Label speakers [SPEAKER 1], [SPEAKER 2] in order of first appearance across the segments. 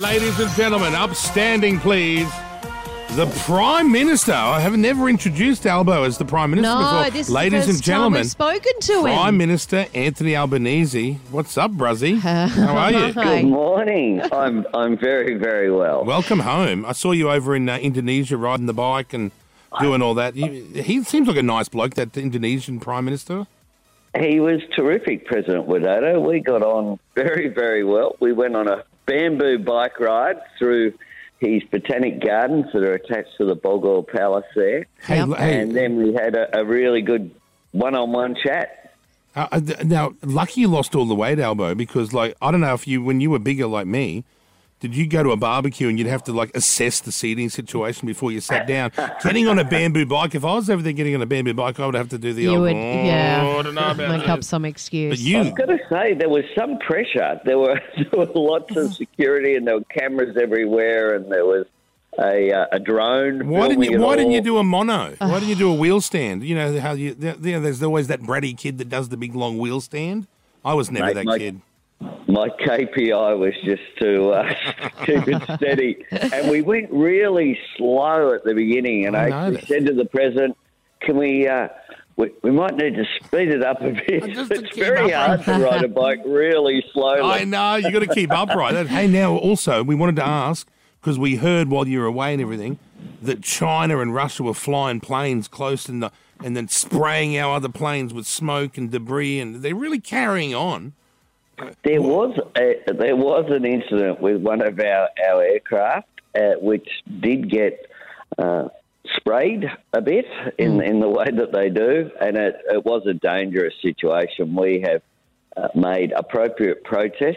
[SPEAKER 1] Ladies and gentlemen, upstanding, please. The Prime Minister. I have never introduced Albo as the Prime Minister
[SPEAKER 2] No,
[SPEAKER 1] before.
[SPEAKER 2] this
[SPEAKER 1] Ladies
[SPEAKER 2] is the first
[SPEAKER 1] and gentlemen,
[SPEAKER 2] time we've spoken to him.
[SPEAKER 1] Prime Minister Anthony Albanese. What's up, Bruzzy? How are you?
[SPEAKER 2] Uh, Hi.
[SPEAKER 3] Good morning. I'm I'm very very well.
[SPEAKER 1] Welcome home. I saw you over in uh, Indonesia riding the bike and doing all that. You, he seems like a nice bloke, that Indonesian Prime Minister.
[SPEAKER 3] He was terrific, President Widodo. We got on very very well. We went on a bamboo bike ride through his botanic gardens that are attached to the Bogor Palace there,
[SPEAKER 1] Hey,
[SPEAKER 2] Yep.
[SPEAKER 1] l- hey,
[SPEAKER 3] and then we had a, a really good one-on-one chat.
[SPEAKER 1] Uh, uh, th- now, lucky you lost all the weight, Albo, because like I don't know if you, when you were bigger like me, did you go to a barbecue and you'd have to like assess the seating situation before you sat down? getting on a bamboo bike. If I was ever there getting on a bamboo bike, I would have to do the
[SPEAKER 2] You
[SPEAKER 1] old.
[SPEAKER 2] would,
[SPEAKER 1] "Oh,
[SPEAKER 2] yeah,
[SPEAKER 1] I don't know about
[SPEAKER 2] make up
[SPEAKER 1] this."
[SPEAKER 2] some excuse.
[SPEAKER 1] But you,
[SPEAKER 3] I've got to say, there was some pressure. There were there were lots of security, and there were cameras everywhere, and there was a uh, a drone.
[SPEAKER 1] why didn't
[SPEAKER 3] filming
[SPEAKER 1] you?
[SPEAKER 3] it
[SPEAKER 1] Why didn't you
[SPEAKER 3] all.
[SPEAKER 1] do a mono? Why didn't you do a wheel stand? You know how you, there, there- there's always that bratty kid that does the big long wheel stand. I was never
[SPEAKER 3] Mate,
[SPEAKER 1] that
[SPEAKER 3] my-
[SPEAKER 1] kid.
[SPEAKER 3] my KPI was just to uh, keep it steady. And we went really slow at the beginning. And
[SPEAKER 1] I
[SPEAKER 3] I,
[SPEAKER 1] know
[SPEAKER 3] actually
[SPEAKER 1] that.
[SPEAKER 3] said to the president, can we, uh, we, we might need to speed it up a bit.
[SPEAKER 1] Just to
[SPEAKER 3] it's
[SPEAKER 1] keep
[SPEAKER 3] very
[SPEAKER 1] up.
[SPEAKER 3] hard to ride a bike really
[SPEAKER 1] I
[SPEAKER 3] slowly.
[SPEAKER 1] know you got to keep upright. That- Hey, now also we wanted to ask because we heard while you were away and everything that China and Russia were flying planes close and the, and then spraying our other planes with smoke and debris, and they're really carrying on.
[SPEAKER 3] There was a, there was an incident with one of our, our aircraft, uh, which did get uh, sprayed a bit
[SPEAKER 1] Hmm.
[SPEAKER 3] in in the way that they do, and it, it was a dangerous situation. We have uh, made appropriate protests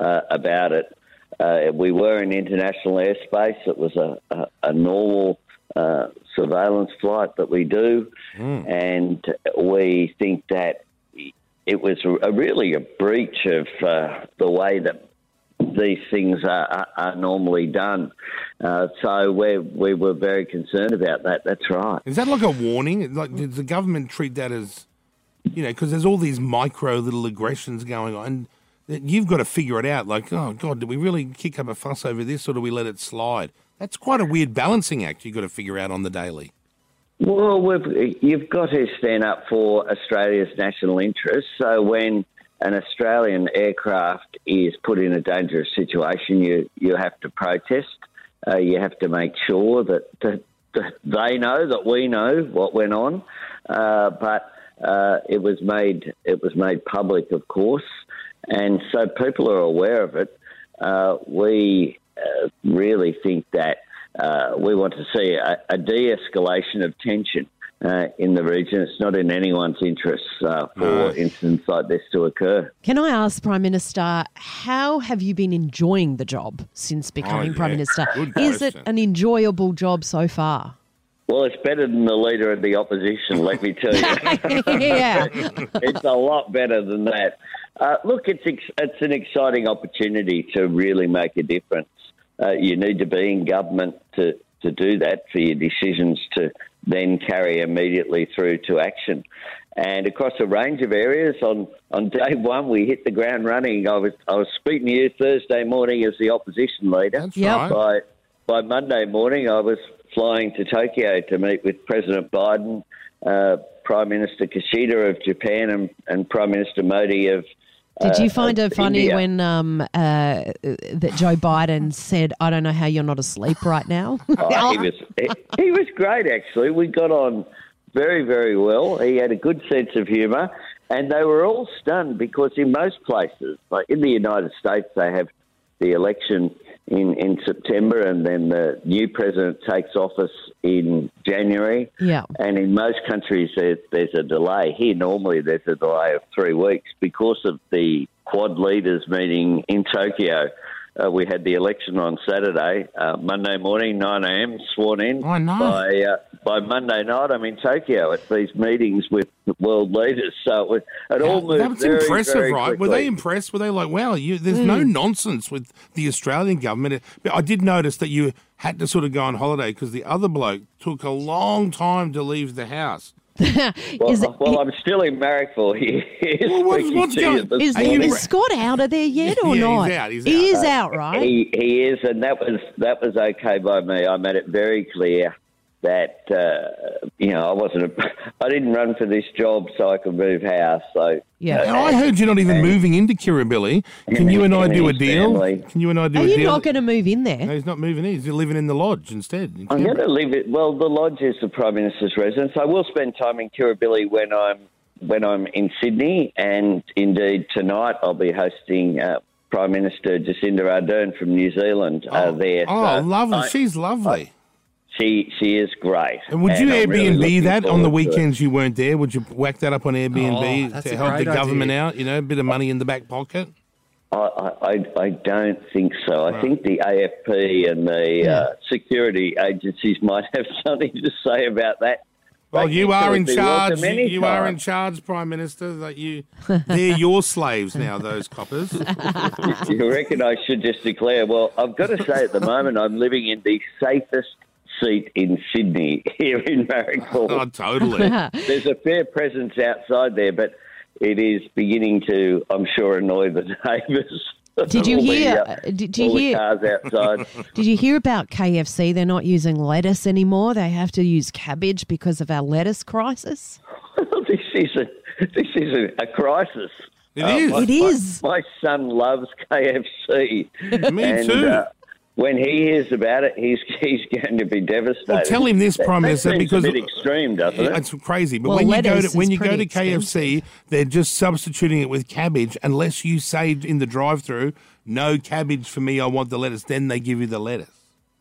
[SPEAKER 3] uh, about it. Uh, we were in international airspace. It was a, a, a normal uh, surveillance flight that we do, and we think that it was a, really a breach of uh, the way that these things are, are, are normally done. Uh, so we we were very concerned about that. That's right.
[SPEAKER 1] Is that like a warning? Like, does the government treat that as, you know, because there's all these micro little aggressions going on. that You've got to figure it out. Like, oh God, do we really kick up a fuss over this, or do we let it slide? That's quite a weird balancing act you've got to figure out on the daily.
[SPEAKER 3] Well, we've, you've got to stand up for Australia's national interests. So when an Australian aircraft is put in a dangerous situation, you, you have to protest. Uh, you have to make sure that, that, that they know that we know what went on. Uh, but uh, it was made it was made public, of course, and so people are aware of it. Uh, we uh, really think that uh, we want to see a, a de escalation of tension uh, in the region. It's not in anyone's interests uh, for
[SPEAKER 1] No.
[SPEAKER 3] incidents like this to occur.
[SPEAKER 2] Can I ask, Prime Minister, how have you been enjoying the job since becoming
[SPEAKER 1] Oh, yeah.
[SPEAKER 2] Prime Minister?
[SPEAKER 1] Good
[SPEAKER 2] Is it
[SPEAKER 1] question.
[SPEAKER 2] an enjoyable job so far?
[SPEAKER 3] Well, it's better than the leader of the opposition, let me tell you.
[SPEAKER 2] yeah.
[SPEAKER 3] it's a lot better than that. Uh, look, it's ex- it's an exciting opportunity to really make a difference. Uh, you need to be in government to to do that for your decisions to then carry immediately through to action. And across a range of areas, on, on day one, we hit the ground running. I was I was speaking to you Thursday morning as the opposition leader.
[SPEAKER 1] That's
[SPEAKER 2] Yep.
[SPEAKER 1] right.
[SPEAKER 3] By by Monday morning, I was flying to Tokyo to meet with President Biden, uh, Prime Minister Kishida of Japan, and, and Prime Minister Modi of.
[SPEAKER 2] Did
[SPEAKER 3] uh,
[SPEAKER 2] you find
[SPEAKER 3] of
[SPEAKER 2] it funny
[SPEAKER 3] India.
[SPEAKER 2] when um, uh, that Joe Biden said, "I don't know how you're not asleep right now"?
[SPEAKER 3] Oh, he was he, he was great actually. We got on very very well. He had a good sense of humour, and they were all stunned because in most places, like in the United States, they have the election in in September, and then the new president takes office in January.
[SPEAKER 2] Yeah.
[SPEAKER 3] And in most countries, there, there's a delay. Here, normally, there's a delay of three weeks because of the Quad leaders meeting in Tokyo. Uh, we had the election on Saturday, uh, Monday morning, 9 a.m., sworn in.
[SPEAKER 1] Oh, nice.
[SPEAKER 3] By, uh, by Monday night, I'm in Tokyo at these meetings with world leaders. So it, was- it all moved
[SPEAKER 1] That was
[SPEAKER 3] very,
[SPEAKER 1] impressive,
[SPEAKER 3] very
[SPEAKER 1] right? Were
[SPEAKER 3] quickly. Mm.
[SPEAKER 1] they impressed? Were they like, wow, you, there's no nonsense with the Australian government? But I did notice that you had to sort of go on holiday because the other bloke took a long time to leave the house.
[SPEAKER 3] Well,
[SPEAKER 2] is,
[SPEAKER 3] well I'm still in Marrickville here.
[SPEAKER 1] Well, what's-
[SPEAKER 3] speaking
[SPEAKER 1] what's
[SPEAKER 3] to you
[SPEAKER 1] going-
[SPEAKER 3] this
[SPEAKER 2] is,
[SPEAKER 1] Are you
[SPEAKER 3] morning.
[SPEAKER 2] is Scott out of there yet or
[SPEAKER 1] Yeah,
[SPEAKER 2] not?
[SPEAKER 1] he's out, he's
[SPEAKER 2] He is out, right?
[SPEAKER 3] He he is, and that was that was okay by me. I made it very clear that uh, you know I wasn't a, I didn't run for this job so I could move house. So
[SPEAKER 2] Yeah.
[SPEAKER 1] Now, I heard you're not even moving into Kirribilli.
[SPEAKER 3] Mm-hmm.
[SPEAKER 1] Can you and I do a deal? Can you and I do
[SPEAKER 2] Are
[SPEAKER 1] a
[SPEAKER 2] you
[SPEAKER 1] deal?
[SPEAKER 2] not going to move in there?
[SPEAKER 1] No, he's not moving in. He's living in the lodge instead. in
[SPEAKER 3] I'm going
[SPEAKER 1] Canberra.
[SPEAKER 3] to leave it. Well, the lodge is the prime minister's residence. I will spend time in Kirribilli when I'm when I'm in Sydney, and indeed tonight I'll be hosting. Uh, Prime Minister Jacinda Ardern from New Zealand uh, there.
[SPEAKER 1] Oh,
[SPEAKER 3] So
[SPEAKER 1] lovely.
[SPEAKER 3] I-
[SPEAKER 1] She's lovely.
[SPEAKER 3] she she is great.
[SPEAKER 1] And would you
[SPEAKER 3] I'm really
[SPEAKER 1] Airbnb
[SPEAKER 3] looking
[SPEAKER 1] that on the
[SPEAKER 3] forward to it.
[SPEAKER 1] weekends you weren't there? Would you whack that up on
[SPEAKER 4] Oh,
[SPEAKER 1] Airbnb
[SPEAKER 4] that's
[SPEAKER 1] to
[SPEAKER 4] a
[SPEAKER 1] help the
[SPEAKER 4] great idea.
[SPEAKER 1] government out? You know, a bit of money in the back pocket.
[SPEAKER 3] I, I, I- I don't think so. I think the AFP and the uh, security agencies might have something to say about that.
[SPEAKER 1] Well,
[SPEAKER 3] They
[SPEAKER 1] you
[SPEAKER 3] can
[SPEAKER 1] are
[SPEAKER 3] certainly
[SPEAKER 1] in charge.
[SPEAKER 3] welcome
[SPEAKER 1] You, you are
[SPEAKER 3] anytime.
[SPEAKER 1] in charge, Prime Minister. That you, they're your slaves now. Those coppers.
[SPEAKER 3] you reckon I should just declare? Well, I've got to say, at the moment, I'm living in the safest seat in Sydney here in
[SPEAKER 1] oh,
[SPEAKER 3] Marrickville.
[SPEAKER 1] totally.
[SPEAKER 3] There's a fair presence outside there, but it is beginning to, I'm sure, annoy the neighbours.
[SPEAKER 2] Did you
[SPEAKER 3] All the,
[SPEAKER 2] hear-
[SPEAKER 3] uh,
[SPEAKER 2] did you
[SPEAKER 3] all
[SPEAKER 2] hear-
[SPEAKER 3] the cars outside?
[SPEAKER 2] Did you hear about KFC? They're not using lettuce anymore. They have to use cabbage because of our lettuce crisis.
[SPEAKER 3] this is a this is a, a crisis. Uh,
[SPEAKER 1] It is.
[SPEAKER 2] It is.
[SPEAKER 3] My son loves KFC.
[SPEAKER 1] Me
[SPEAKER 3] and,
[SPEAKER 1] too.
[SPEAKER 3] uh, when he hears about it, he's he's going to be devastated.
[SPEAKER 1] Well, tell him this, Prime
[SPEAKER 3] that
[SPEAKER 1] Minister,
[SPEAKER 3] seems
[SPEAKER 1] because-
[SPEAKER 3] a bit extreme, doesn't it?
[SPEAKER 1] It's crazy. But
[SPEAKER 2] Well,
[SPEAKER 1] when you go
[SPEAKER 2] lettuce
[SPEAKER 1] to when
[SPEAKER 2] is
[SPEAKER 1] you go to
[SPEAKER 2] pretty
[SPEAKER 1] KFC, they're just substituting it with cabbage. Unless you say in the drive-through, "No cabbage for me. I want the lettuce." Then they give you the lettuce.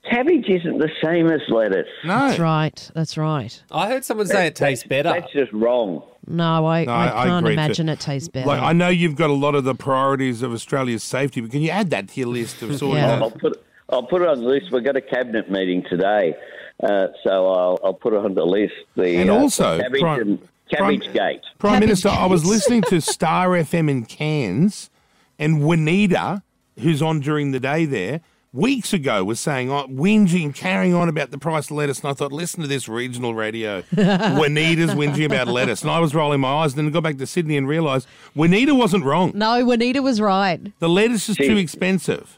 [SPEAKER 3] Cabbage isn't the same as lettuce.
[SPEAKER 1] No,
[SPEAKER 2] That's right. That's right.
[SPEAKER 4] I heard someone say it tastes better.
[SPEAKER 3] That's just wrong.
[SPEAKER 2] No, I,
[SPEAKER 1] No, I
[SPEAKER 2] I can't
[SPEAKER 1] agree too.
[SPEAKER 2] imagine it tastes better.
[SPEAKER 1] Like I know you've got a lot of the priorities of Australia's safety, but can you add that to your list of sort
[SPEAKER 2] Yeah.
[SPEAKER 1] of?
[SPEAKER 3] I'll put I'll put it on the list. We've got a cabinet meeting today, uh, so I'll I'll put it on the list. The
[SPEAKER 1] And
[SPEAKER 3] uh,
[SPEAKER 1] also,
[SPEAKER 3] cabbage,
[SPEAKER 1] Prime-
[SPEAKER 3] and, cabbage
[SPEAKER 1] Prime-
[SPEAKER 3] gate.
[SPEAKER 1] Prime
[SPEAKER 2] Cabbage
[SPEAKER 1] Minister, I was
[SPEAKER 2] cakes.
[SPEAKER 1] listening to Star FM in Cairns, and Juanita, who's on during the day there, weeks ago was saying, oh, whinging, carrying on about the price of lettuce. And I thought, listen to this regional radio. Juanita's whinging about lettuce. And I was rolling my eyes, and then got back to Sydney and realised Juanita wasn't wrong.
[SPEAKER 2] no, Juanita was right.
[SPEAKER 1] The lettuce is too
[SPEAKER 3] Gee.
[SPEAKER 1] expensive.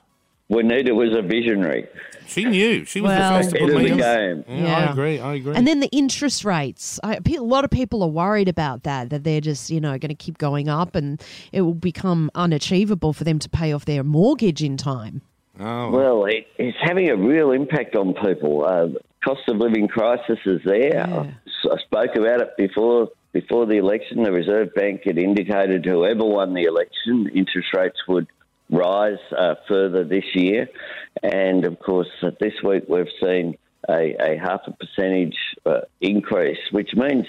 [SPEAKER 3] Juanita was a visionary.
[SPEAKER 1] She knew. She was
[SPEAKER 2] Well-
[SPEAKER 1] the first to
[SPEAKER 3] End
[SPEAKER 1] put
[SPEAKER 3] of
[SPEAKER 1] me
[SPEAKER 3] the
[SPEAKER 1] on.
[SPEAKER 3] game.
[SPEAKER 1] Yeah, I
[SPEAKER 2] Yeah.
[SPEAKER 1] agree. I agree.
[SPEAKER 2] And then the interest rates. I, pe- a lot of people are worried about that, that they're just, you know, going to keep going up and it will become unachievable for them to pay off their mortgage in time.
[SPEAKER 3] Well, it, it's having a real impact on people. Uh, cost of living crisis is there.
[SPEAKER 2] Yeah.
[SPEAKER 3] I, I spoke about it before before the election. The Reserve Bank had indicated whoever won the election, interest rates would rise uh, further this year, and of course uh, this week we've seen a, a half a percentage uh, increase, which means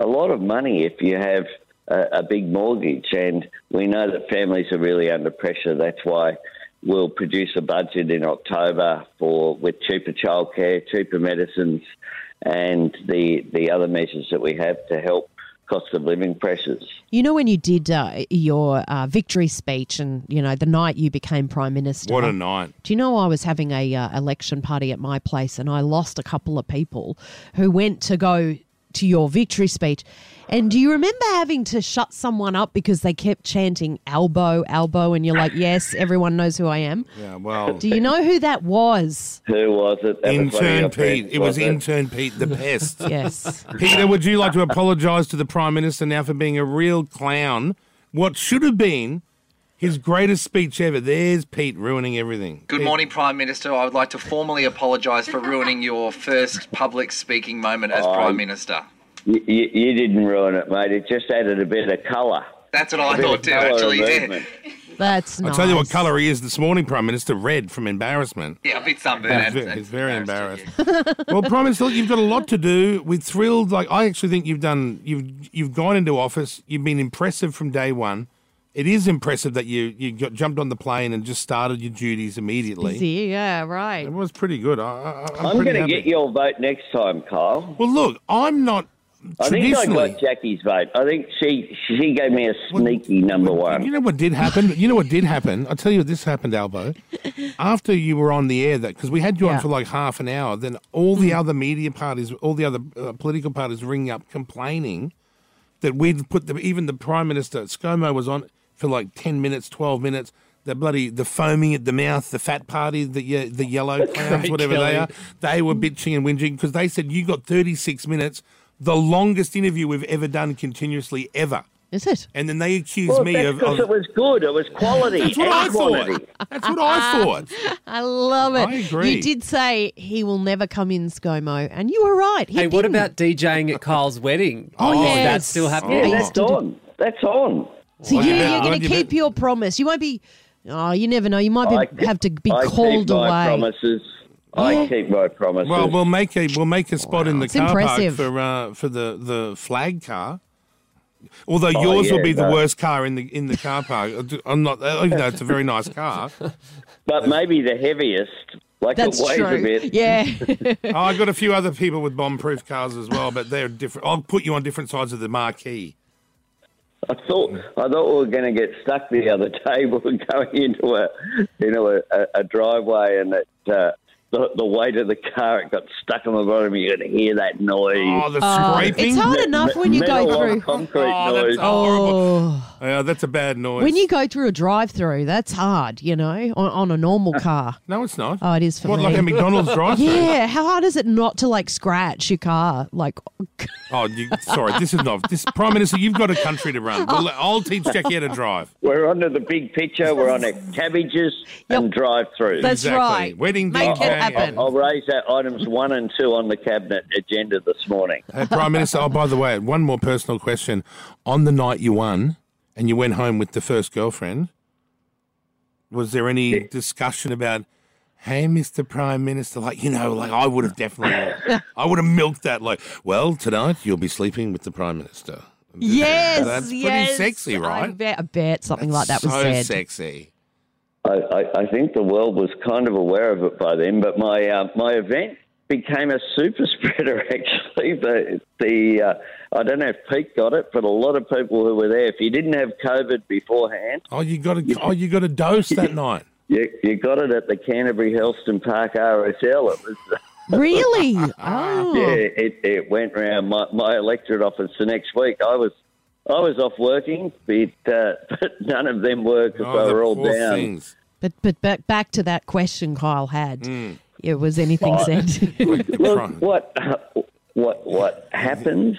[SPEAKER 3] a lot of money if you have. A a big mortgage, and we know that families are really under pressure. That's why will produce a budget in October for with cheaper childcare, cheaper medicines, and the the other measures that we have to help cost of living pressures.
[SPEAKER 2] You know, when you did uh, your uh, victory speech and, you know, the night you became Prime Minister.
[SPEAKER 1] what a night.
[SPEAKER 2] Do you know I was having a uh, election party at my place and I lost a couple of people who went to go to your victory speech. And do you remember having to shut someone up because they kept chanting elbow, elbow, and you're like, yes, everyone knows who I am?
[SPEAKER 1] Yeah, well,
[SPEAKER 2] Do you know who that was?
[SPEAKER 3] Who was it? That was one of your
[SPEAKER 1] intern Pete.
[SPEAKER 3] friends,
[SPEAKER 1] It was
[SPEAKER 3] wasn't
[SPEAKER 1] intern Pete the pest.
[SPEAKER 2] Yes.
[SPEAKER 1] Peter, would you like to apologise to the Prime Minister now for being a real clown? What should have been his greatest speech ever. There's Pete ruining everything.
[SPEAKER 5] Good
[SPEAKER 1] Pete,
[SPEAKER 5] morning, Prime Minister. I would like to formally apologise for ruining your first public speaking moment
[SPEAKER 3] Oh,
[SPEAKER 5] as Prime Minister.
[SPEAKER 3] You, you, you didn't ruin it, mate. It just added a bit of colour.
[SPEAKER 5] That's what I
[SPEAKER 3] A bit of
[SPEAKER 5] thought too,
[SPEAKER 3] colour
[SPEAKER 5] Oh, actually.
[SPEAKER 3] and
[SPEAKER 5] Yeah.
[SPEAKER 3] movement.
[SPEAKER 2] That's
[SPEAKER 1] I'll
[SPEAKER 2] nice.
[SPEAKER 1] tell you what colour he is this morning, Prime Minister. Red from embarrassment.
[SPEAKER 5] yeah, a bit
[SPEAKER 1] He's
[SPEAKER 5] sunburned.
[SPEAKER 1] very,
[SPEAKER 5] and-
[SPEAKER 1] he's very
[SPEAKER 5] and
[SPEAKER 1] embarrassed. well, Prime Minister, look, you've got a lot to do. We're thrilled. Like I actually think you've done. You've you've gone into office. You've been impressive from day one. It is impressive that you you got, jumped on the plane and just started your duties immediately.
[SPEAKER 2] See, yeah, right.
[SPEAKER 1] It was pretty good. I, I, I'm,
[SPEAKER 3] I'm
[SPEAKER 1] pretty
[SPEAKER 3] going to
[SPEAKER 1] happy.
[SPEAKER 3] get your vote next time, Kyle.
[SPEAKER 1] Well, look, I'm not
[SPEAKER 3] I think I
[SPEAKER 1] traditionally-
[SPEAKER 3] got Jackie's vote. I think she she gave me a sneaky number
[SPEAKER 1] You
[SPEAKER 3] one.
[SPEAKER 1] know what did happen? You know what did happen? I'll tell you what this happened, Albo. After you were on the air, that because we had you
[SPEAKER 2] Yeah.
[SPEAKER 1] on for like half an hour, then all the
[SPEAKER 4] Mm.
[SPEAKER 1] other media parties, all the other uh, political parties, ringing up complaining that we'd put the even the prime minister ScoMo was on for like ten minutes, twelve minutes. The bloody the foaming at the mouth, the fat party, the ye- the yellow clowns,
[SPEAKER 4] Great
[SPEAKER 1] whatever
[SPEAKER 4] Kelly.
[SPEAKER 1] they are, they were bitching and whinging because they said you got thirty six minutes, the longest interview we've ever done continuously ever.
[SPEAKER 2] Is it?
[SPEAKER 1] And then they accuse
[SPEAKER 3] Well,
[SPEAKER 1] me
[SPEAKER 3] that's
[SPEAKER 1] of.
[SPEAKER 3] because
[SPEAKER 1] of-
[SPEAKER 3] it was good. It was quality.
[SPEAKER 1] that's what
[SPEAKER 3] and
[SPEAKER 1] I
[SPEAKER 3] quantity.
[SPEAKER 1] thought. That's what I thought.
[SPEAKER 2] I love it.
[SPEAKER 1] I agree.
[SPEAKER 2] You did say he will never come in ScoMo, and you were right. He
[SPEAKER 4] Hey, what
[SPEAKER 2] didn't.
[SPEAKER 4] about DJing at Carl's wedding?
[SPEAKER 1] Oh,
[SPEAKER 4] Is
[SPEAKER 1] yes.
[SPEAKER 4] that still
[SPEAKER 3] Yeah,
[SPEAKER 4] happening?
[SPEAKER 2] Oh.
[SPEAKER 3] that's on. That's on.
[SPEAKER 2] So
[SPEAKER 1] Well,
[SPEAKER 2] you,
[SPEAKER 1] you bet-
[SPEAKER 2] you're going
[SPEAKER 1] well,
[SPEAKER 2] to
[SPEAKER 1] you
[SPEAKER 2] keep
[SPEAKER 1] bet-
[SPEAKER 2] your promise. You won't be. Oh, you never know. You might be,
[SPEAKER 3] I-
[SPEAKER 2] have to be
[SPEAKER 3] I
[SPEAKER 2] called
[SPEAKER 3] keep my
[SPEAKER 2] away.
[SPEAKER 3] promises. I
[SPEAKER 2] Yeah.
[SPEAKER 3] keep my promises.
[SPEAKER 1] Well, we'll make a we'll make a spot in the
[SPEAKER 2] It's
[SPEAKER 1] car
[SPEAKER 2] impressive.
[SPEAKER 1] park for uh, for the the flag car. Although
[SPEAKER 3] Oh,
[SPEAKER 1] yours will
[SPEAKER 3] yeah,
[SPEAKER 1] be the
[SPEAKER 3] no.
[SPEAKER 1] worst car in the in the car park. I do- I'm not, uh, even though it's a very nice car. Oh,
[SPEAKER 3] but maybe the heaviest. Like
[SPEAKER 2] That's
[SPEAKER 3] it weighs
[SPEAKER 2] true.
[SPEAKER 3] a bit.
[SPEAKER 2] Yeah.
[SPEAKER 1] I Oh, got a few other people with bomb-proof cars as well, but they're different. I'll put you on different sides of the marquee.
[SPEAKER 3] I thought I thought we were going to get stuck the other day. We were going into a into a, a, a driveway, and it, uh, the the weight of the car it got stuck on the bottom. You could hear that noise.
[SPEAKER 1] Oh, the scraping!
[SPEAKER 2] it's hard enough when you
[SPEAKER 3] Metal
[SPEAKER 2] go
[SPEAKER 3] on
[SPEAKER 2] through. Oh,
[SPEAKER 3] concrete
[SPEAKER 1] Oh,
[SPEAKER 3] noise.
[SPEAKER 1] that's horrible. Yeah, Oh, that's a bad noise.
[SPEAKER 2] When you go through a drive-through, that's hard, you know, on, on a normal car.
[SPEAKER 1] no, it's not.
[SPEAKER 2] Oh, it is for
[SPEAKER 1] what
[SPEAKER 2] me.
[SPEAKER 1] like a McDonald's drive-through?
[SPEAKER 2] Yeah, how hard is it not to like scratch your car? Like,
[SPEAKER 1] Oh, you, sorry, this is not this Prime Minister. You've got a country to run. Well, I'll teach Jackie how to drive.
[SPEAKER 3] We're onto the big picture. We're on at cabbages and drive-through.
[SPEAKER 2] That's
[SPEAKER 1] exactly.
[SPEAKER 2] right.
[SPEAKER 1] Wedding
[SPEAKER 2] Make
[SPEAKER 1] DJ.
[SPEAKER 2] it happen.
[SPEAKER 3] I'll raise that items one and two on the cabinet agenda this morning.
[SPEAKER 1] Hey, Prime Minister. Oh, by the way, one more personal question. On the night you won and you went home with the first girlfriend, was there any discussion about? Hey, Mr. Prime Minister, like, you know, like I would have definitely, I would have milked that. Like, well, tonight you'll be sleeping with the Prime Minister.
[SPEAKER 2] yes,
[SPEAKER 1] That's pretty
[SPEAKER 2] yes.
[SPEAKER 1] sexy,
[SPEAKER 2] I
[SPEAKER 1] right?
[SPEAKER 2] bet, I bet something like that was
[SPEAKER 1] so
[SPEAKER 2] said.
[SPEAKER 1] sexy.
[SPEAKER 3] I, I, I think the world was kind of aware of it by then, but my uh, my event became a super spreader. Actually, the the uh, I don't know if Pete got it, but a lot of people who were there, if you didn't have COVID beforehand,
[SPEAKER 1] Oh, you got a, oh, you got a dose that night.
[SPEAKER 3] you, you got it at the Canterbury Helston Park RSL. It was
[SPEAKER 2] Really? Oh,
[SPEAKER 3] yeah, it, it went round my, my electorate office the next week. I was I was off working, but, uh, but none of them were because
[SPEAKER 1] Oh,
[SPEAKER 3] they
[SPEAKER 1] the
[SPEAKER 3] were all
[SPEAKER 1] poor
[SPEAKER 3] down.
[SPEAKER 1] things.
[SPEAKER 2] but but back back to that question Kyle had. It was anything
[SPEAKER 1] Oh.
[SPEAKER 2] said.
[SPEAKER 3] Look,
[SPEAKER 1] Right.
[SPEAKER 3] what what what happens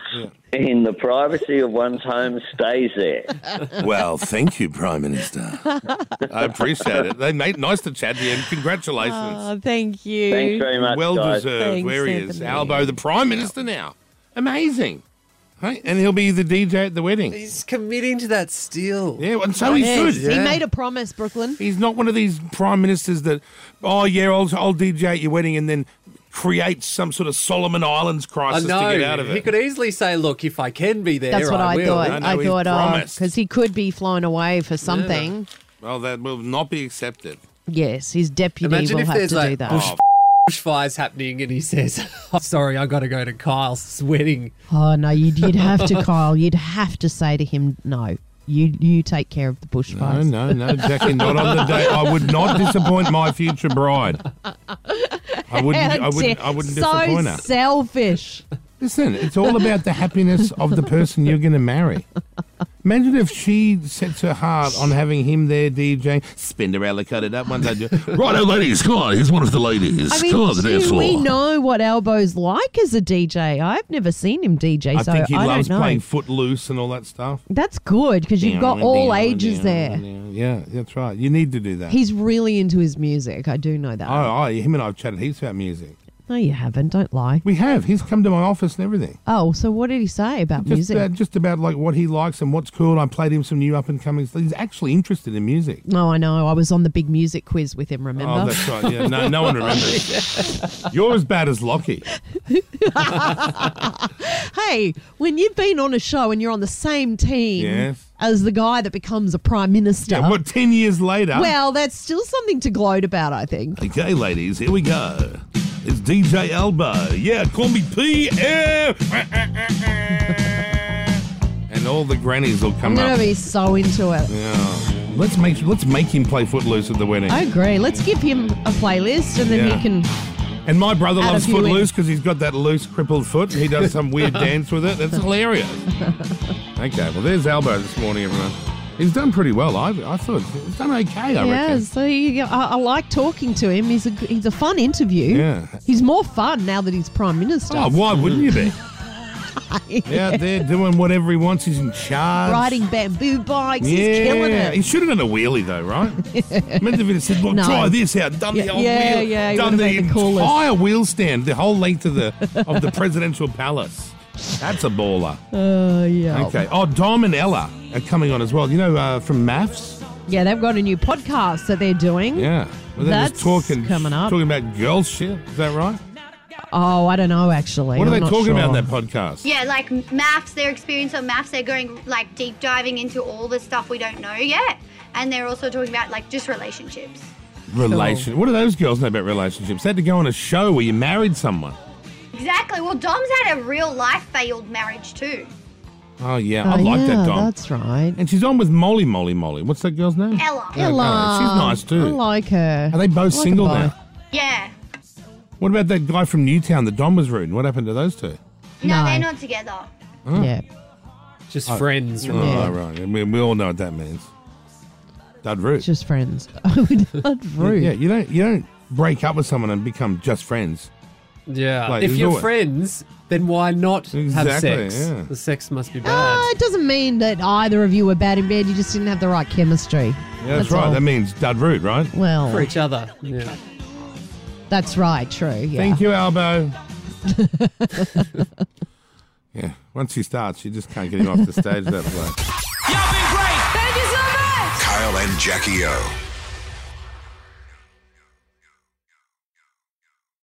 [SPEAKER 3] in the privacy of one's home stays there.
[SPEAKER 1] Well, thank you, Prime Minister. I appreciate it. They made nice to chat to you, and congratulations.
[SPEAKER 2] oh, thank you.
[SPEAKER 3] Thanks very much,
[SPEAKER 1] well
[SPEAKER 3] guys.
[SPEAKER 1] deserved.
[SPEAKER 2] Thanks,
[SPEAKER 1] Where he is,
[SPEAKER 2] Anthony.
[SPEAKER 1] Albo, the Prime Minister now. Amazing, right? And he'll be the DJ at the wedding.
[SPEAKER 4] He's committing to that still.
[SPEAKER 1] Yeah, and so he
[SPEAKER 2] Yes,
[SPEAKER 1] should.
[SPEAKER 2] He
[SPEAKER 4] Yeah.
[SPEAKER 2] made a promise, Brooklyn.
[SPEAKER 1] He's not one of these prime ministers that, oh yeah, I'll, I'll DJ at your wedding and then create some sort of Solomon Islands
[SPEAKER 4] I
[SPEAKER 1] crisis to
[SPEAKER 4] know.
[SPEAKER 1] get out of it.
[SPEAKER 4] He could easily say, "Look, if I can be there,
[SPEAKER 2] That's what I,
[SPEAKER 4] will."
[SPEAKER 2] thought.
[SPEAKER 1] No, no,
[SPEAKER 2] I
[SPEAKER 1] he
[SPEAKER 2] thought, oh,
[SPEAKER 1] promised.
[SPEAKER 2] because he could be flown away for something.
[SPEAKER 1] Well, that will not be accepted.
[SPEAKER 2] Yes, his deputy
[SPEAKER 4] Imagine
[SPEAKER 2] will
[SPEAKER 4] if
[SPEAKER 2] have
[SPEAKER 4] there's
[SPEAKER 2] to do
[SPEAKER 4] like
[SPEAKER 2] that.
[SPEAKER 1] Oh.
[SPEAKER 4] bush, bushfires happening, and he says, oh, "Sorry, I got to go to Kyle's wedding."
[SPEAKER 2] Oh no, you'd, you'd have to, Kyle. You'd have to say to him, no. You you take care of the
[SPEAKER 1] No,
[SPEAKER 2] bushfires.
[SPEAKER 1] no, no, Jackie, not on the day. I would not disappoint my future bride. I wouldn't. I wouldn't. I wouldn't
[SPEAKER 2] so
[SPEAKER 1] disappoint her.
[SPEAKER 2] selfish.
[SPEAKER 1] Listen, it's all about the happiness of the person you're going to marry. Imagine if she sets her heart on having him there DJing. Spinderella cut it up once I do.
[SPEAKER 6] Righto, ladies, come on. Here's one of the ladies.
[SPEAKER 2] I mean,
[SPEAKER 6] come on, the dance
[SPEAKER 2] do
[SPEAKER 6] floor.
[SPEAKER 2] we know what Elbow's like as a DJ? I've never seen him DJ,
[SPEAKER 1] I
[SPEAKER 2] so
[SPEAKER 1] think he
[SPEAKER 2] I
[SPEAKER 1] loves
[SPEAKER 2] don't know.
[SPEAKER 1] playing footloose and all that stuff.
[SPEAKER 2] That's good because you've got all ages there.
[SPEAKER 1] Yeah, that's right. You need to do that.
[SPEAKER 2] He's really into his music. I do know that.
[SPEAKER 1] oh, oh, him and I have chatted heaps about music.
[SPEAKER 2] No, you haven't. Don't lie.
[SPEAKER 1] We have. He's come to my office and everything.
[SPEAKER 2] Oh, so what did he say about
[SPEAKER 1] just
[SPEAKER 2] music?
[SPEAKER 1] about, just about like what he likes and what's cool. I played him some new up and coming. He's actually interested in music.
[SPEAKER 2] No, Oh, I know. I was on the big music quiz with him.
[SPEAKER 1] Oh,
[SPEAKER 2] Remember?
[SPEAKER 1] that's right. Yeah, no, no one remembers. You're as bad as Lockie.
[SPEAKER 2] hey, when you've been on a show and you're on the same team
[SPEAKER 1] Yes.
[SPEAKER 2] as the guy that becomes a prime minister,
[SPEAKER 1] Yeah, what? Ten years later.
[SPEAKER 2] well, that's still something to gloat about. I think.
[SPEAKER 1] Okay, ladies, here we go.
[SPEAKER 6] It's DJ Alba. Yeah, call me PM.
[SPEAKER 1] and all the grannies will
[SPEAKER 2] I'm
[SPEAKER 1] come
[SPEAKER 2] going
[SPEAKER 1] up.
[SPEAKER 2] to be so into it.
[SPEAKER 1] Yeah. Let's make let's make him play Footloose at the wedding.
[SPEAKER 2] I agree. Let's give him a playlist and then
[SPEAKER 1] Yeah.
[SPEAKER 2] he can.
[SPEAKER 1] And my brother
[SPEAKER 2] Add a
[SPEAKER 1] loves
[SPEAKER 2] few
[SPEAKER 1] Footloose because he's got that loose, crippled foot. He does some weird dance with it. That's hilarious. okay, well, there's Albo this morning, everyone. He's done pretty well. I, I thought he's done okay, I
[SPEAKER 2] Yeah,
[SPEAKER 1] reckon.
[SPEAKER 2] so you, I, I like talking to him. He's a g- he's a fun interview.
[SPEAKER 1] Yeah.
[SPEAKER 2] he's more fun now that he's prime minister.
[SPEAKER 1] Oh, why wouldn't you be? He's out there doing whatever he wants. He's in charge.
[SPEAKER 2] Riding bamboo bikes,
[SPEAKER 1] Yeah.
[SPEAKER 2] he's killing it.
[SPEAKER 1] He should have done a wheelie, though, right? Imagine if he'd have said, well,
[SPEAKER 2] No.
[SPEAKER 1] try this out. Done the
[SPEAKER 2] Yeah,
[SPEAKER 1] old
[SPEAKER 2] yeah,
[SPEAKER 1] wheel.
[SPEAKER 2] yeah, he
[SPEAKER 1] Done
[SPEAKER 2] would've
[SPEAKER 1] the
[SPEAKER 2] been the coolest.
[SPEAKER 1] entire wheel stand, the whole length of the, of the presidential palace. That's a baller.
[SPEAKER 2] Oh, yeah.
[SPEAKER 1] Okay. Oh, Dom and Ella are coming on as well. You know, uh, from Maths.
[SPEAKER 2] Yeah, they've got a new podcast that they're doing.
[SPEAKER 1] Yeah. Well, they're
[SPEAKER 2] That's
[SPEAKER 1] just talking,
[SPEAKER 2] coming up.
[SPEAKER 1] talking about girl shit. Is that right?
[SPEAKER 2] Oh, I don't know actually.
[SPEAKER 1] what are
[SPEAKER 2] I'm
[SPEAKER 1] they
[SPEAKER 2] not
[SPEAKER 1] talking
[SPEAKER 2] sure.
[SPEAKER 1] about in that podcast?
[SPEAKER 7] Yeah, like maths, their experience on maths, they're going like deep diving into all the stuff we don't know yet. And they're also talking about like just relationships.
[SPEAKER 1] Relation. What do those girls know about relationships? They had to go on a show where you married someone.
[SPEAKER 7] Exactly. Well, Dom's had a real life failed marriage too.
[SPEAKER 1] Oh yeah,
[SPEAKER 2] Oh,
[SPEAKER 1] I like
[SPEAKER 2] yeah,
[SPEAKER 1] that Dom.
[SPEAKER 2] That's right.
[SPEAKER 1] And she's on with Molly, Molly, Molly. What's that girl's name?
[SPEAKER 7] Ella.
[SPEAKER 1] Yeah.
[SPEAKER 2] Ella.
[SPEAKER 1] She's nice too.
[SPEAKER 2] I like her.
[SPEAKER 1] Are they both
[SPEAKER 2] I like
[SPEAKER 1] single
[SPEAKER 2] them both.
[SPEAKER 1] now?
[SPEAKER 7] Yeah.
[SPEAKER 1] What about that guy from Newtown that Dom was rude? What happened to those two?
[SPEAKER 7] No,
[SPEAKER 2] No.
[SPEAKER 7] they're not together.
[SPEAKER 2] Yeah.
[SPEAKER 4] Just friends.
[SPEAKER 1] Oh,
[SPEAKER 4] Right?
[SPEAKER 2] Yeah.
[SPEAKER 1] right. I mean, we all know what that means. Dud rude.
[SPEAKER 2] Just friends. That's rude.
[SPEAKER 1] Yeah, you don't you don't break up with someone and become just friends.
[SPEAKER 4] Yeah.
[SPEAKER 1] Like,
[SPEAKER 4] if
[SPEAKER 1] there's
[SPEAKER 4] you're
[SPEAKER 1] no way.
[SPEAKER 4] friends, then why not have
[SPEAKER 1] Exactly,
[SPEAKER 4] sex?
[SPEAKER 1] yeah. Ah.
[SPEAKER 4] The sex must be
[SPEAKER 2] Uh,
[SPEAKER 4] bad.
[SPEAKER 2] it doesn't mean that either of you were bad in bed. You just didn't have the right chemistry.
[SPEAKER 1] Yeah, that's, right.
[SPEAKER 2] all.
[SPEAKER 1] That means dud rude, right?
[SPEAKER 2] well,
[SPEAKER 4] For each other. Yeah.
[SPEAKER 2] that's right. True. Yeah.
[SPEAKER 1] Thank you, Albo. yeah. Once he starts, you just can't get him off the stage that way.
[SPEAKER 8] Kyle and Jackie O.